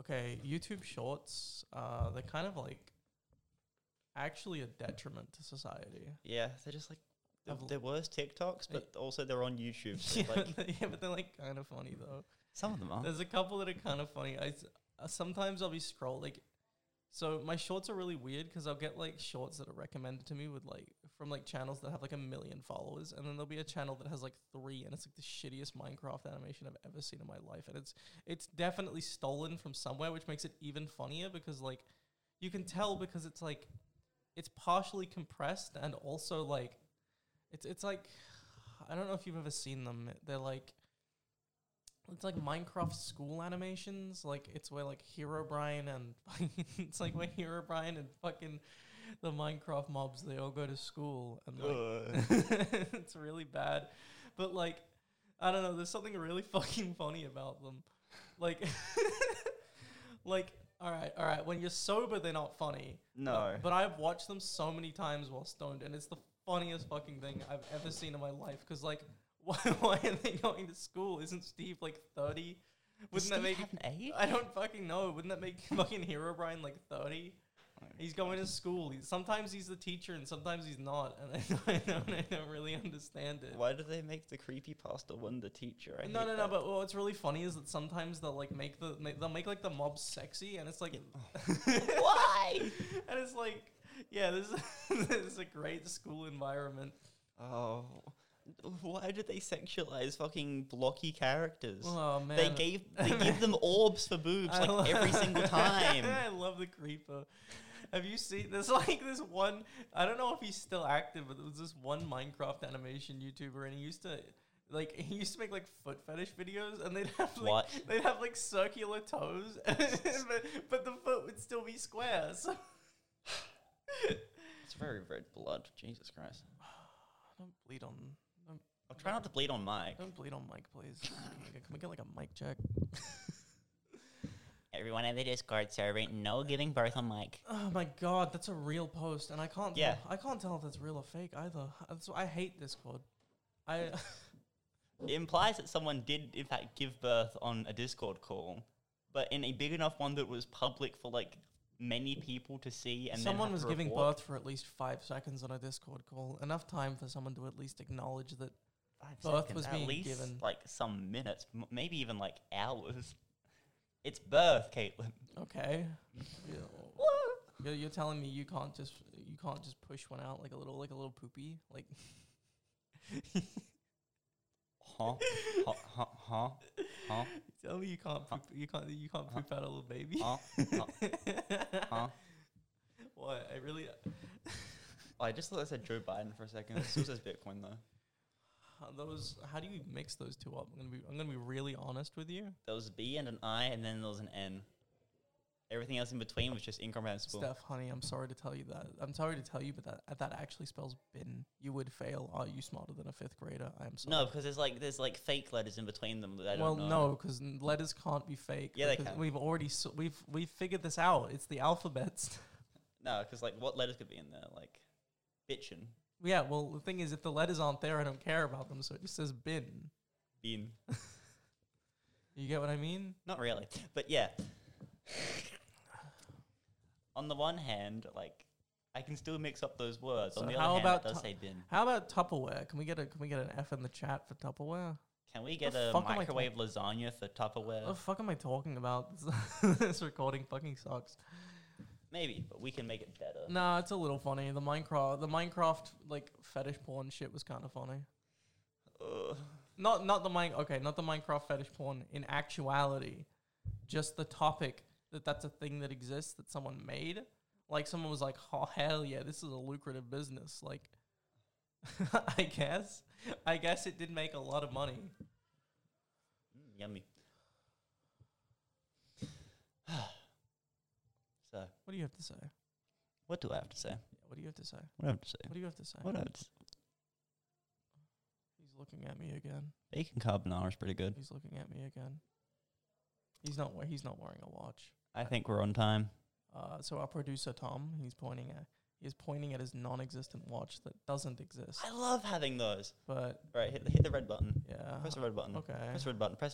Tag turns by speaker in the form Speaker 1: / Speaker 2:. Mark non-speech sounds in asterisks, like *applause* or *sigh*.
Speaker 1: okay, YouTube Shorts, uh, they're kind of like actually a detriment to society.
Speaker 2: Yeah, they're just like they're,
Speaker 1: I've-
Speaker 2: they're worse TikToks, but also they're on YouTube. *laughs* So
Speaker 1: yeah,
Speaker 2: like
Speaker 1: *laughs* yeah, but they're like kind of funny though.
Speaker 2: some of them are.
Speaker 1: There's a couple that are kind of funny. I s- uh, sometimes I'll be scroll like, so my shorts are really weird because I'll get like shorts that are recommended to me with like from like channels that have like a million followers, and then there'll be a channel that has like three, and it's like the shittiest Minecraft animation I've ever seen in my life, and it's it's definitely stolen from somewhere, which makes it even funnier because like you can tell because it's like it's partially compressed and also like it's it's like I don't know if you've ever seen them. They're like it's like Minecraft school animations. Like it's where like Hero Brian and *laughs* it's like where Hero Brian and fucking the Minecraft mobs they all go to school and like
Speaker 2: Ugh.
Speaker 1: *laughs* it's really bad. But like I don't know, there's something really *laughs* fucking funny about them. Like *laughs* like all right, all right, when you're sober they're not funny.
Speaker 2: no,
Speaker 1: But, but I've watched them so many times while stoned, and it's the funniest fucking thing I've ever seen in my life. Because like, *laughs* why, why are they going to school? Isn't Steve like thirty? Wouldn't that make? *laughs*
Speaker 2: have an age?
Speaker 1: I don't fucking know. Wouldn't that make *laughs* fucking Hero Brian like thirty? He's going to school. He's, sometimes he's the teacher, and sometimes he's not. And *laughs* I don't, I don't, I don't really understand it.
Speaker 2: Why do they make the creepy pasta one the teacher? I
Speaker 1: No,
Speaker 2: hate
Speaker 1: no, no.
Speaker 2: that.
Speaker 1: But what's really funny is that sometimes they'll like make the ma- they'll make like the mob sexy, and it's like, *laughs*
Speaker 2: Why?
Speaker 1: and it's like, yeah, this is, *laughs* this is a great school environment.
Speaker 2: Oh, *laughs* why do they sexualize fucking blocky characters?
Speaker 1: Oh man,
Speaker 2: They gave
Speaker 1: *laughs*
Speaker 2: they give them orbs for boobs
Speaker 1: I *laughs*
Speaker 2: like every
Speaker 1: lo-
Speaker 2: single time.
Speaker 1: *laughs* I love the creeper. Have you seen there's *laughs* like this one I don't know if he's still active, but there was this one Minecraft animation YouTuber and he used to like he used to make like foot fetish videos and they'd have like
Speaker 2: What?
Speaker 1: they'd have like circular toes *laughs* but, but the foot would still be square. So *laughs*
Speaker 2: It's very red blood. Jesus Christ!
Speaker 1: don't bleed on don't,
Speaker 2: I'll try not to bleed on Mike.
Speaker 1: don't bleed on Mike, please. Can we get like a mic check?
Speaker 2: Everyone in the Discord server, no giving birth on Mike.
Speaker 1: Oh my god, that's a real post, and I can't.
Speaker 2: Yeah.
Speaker 1: tell, I can't tell if that's real or fake either. That's why I hate Discord. I
Speaker 2: It implies that someone did in fact give birth on a Discord call, but in a big enough one that was public for like many people to see. And then
Speaker 1: someone
Speaker 2: have
Speaker 1: was
Speaker 2: to
Speaker 1: giving
Speaker 2: report.
Speaker 1: birth for at least five seconds on a Discord call. Enough time for someone to at least acknowledge that.
Speaker 2: Five
Speaker 1: birth
Speaker 2: seconds,
Speaker 1: was
Speaker 2: at
Speaker 1: being
Speaker 2: least
Speaker 1: given.
Speaker 2: like some minutes, m- maybe even like hours. It's birth, *laughs* Caitlin.
Speaker 1: Okay. Yeah. You're, you're telling me you can't just you can't just push one out like a little like a little poopy like *laughs*
Speaker 2: Huh? Huh? Huh? Huh? Huh?
Speaker 1: tell me you can't poop, you can't you can't poop out a little baby. *laughs*
Speaker 2: Huh? huh, huh?
Speaker 1: what I really
Speaker 2: *laughs* I just thought I said Joe Biden for a second. It still says Bitcoin though.
Speaker 1: how uh, those how do you mix those two up? I'm gonna be I'm gonna be really honest with you.
Speaker 2: There was a B and an I, and then there was an N. Everything else in between was just incomprehensible.
Speaker 1: Steph, honey, I'm sorry to tell you that. I'm sorry to tell you, but that that actually spells bin. You would fail. Are you smarter than a fifth grader? I'm sorry.
Speaker 2: No, because there's like there's like fake letters in between them that I don't
Speaker 1: well,
Speaker 2: know.
Speaker 1: no, because letters can't be fake.
Speaker 2: Yeah, they
Speaker 1: because
Speaker 2: can.
Speaker 1: We've already s we've we've figured this out. It's the alphabets. *laughs*
Speaker 2: no, because like what letters could be in there? Like bitchin,
Speaker 1: yeah. Well, the thing is, if the letters aren't there, I don't care about them. So it just says bin.
Speaker 2: bean.
Speaker 1: You get what I mean?
Speaker 2: Not really, but yeah. On the one hand, like I can still mix up those words.
Speaker 1: So
Speaker 2: On the
Speaker 1: how
Speaker 2: other hand,
Speaker 1: about
Speaker 2: it does
Speaker 1: tu-
Speaker 2: say bin.
Speaker 1: How about Tupperware? Can we get a can we get an F in the chat for Tupperware?
Speaker 2: Can we
Speaker 1: the
Speaker 2: get a
Speaker 1: fuck am I
Speaker 2: microwave lasagna for Tupperware?
Speaker 1: What the fuck am I talking about? *laughs* this recording fucking sucks.
Speaker 2: Maybe, but we can make it better.
Speaker 1: Nah, it's a little funny. The Minecraft, the Minecraft like fetish porn shit was kind of funny.
Speaker 2: Ugh.
Speaker 1: Not not the mine. Okay, not the Minecraft fetish porn. In actuality, just the topic that that's a thing that exists that someone made. Like someone was like, "Oh hell yeah, this is a lucrative business." Like, *laughs* I guess, I guess it did make a lot of money.
Speaker 2: Mm, yummy. *sighs* so,
Speaker 1: What do you have to say?
Speaker 2: what do I have to say?
Speaker 1: What do you have to say?
Speaker 2: What do I have to say?
Speaker 1: What do you have to say?
Speaker 2: What do I have to say?
Speaker 1: He's looking at me again.
Speaker 2: Bacon carbonara is pretty good.
Speaker 1: He's looking at me again. He's not. we- He's not wearing a watch.
Speaker 2: I think we're on time.
Speaker 1: Uh, so our producer Tom, he's pointing at. He is pointing at his non-existent watch that doesn't exist.
Speaker 2: I love having those.
Speaker 1: But
Speaker 2: All right, hit, hit the red button.
Speaker 1: yeah,
Speaker 2: Press the red button.
Speaker 1: okay.
Speaker 2: Press the red button. Press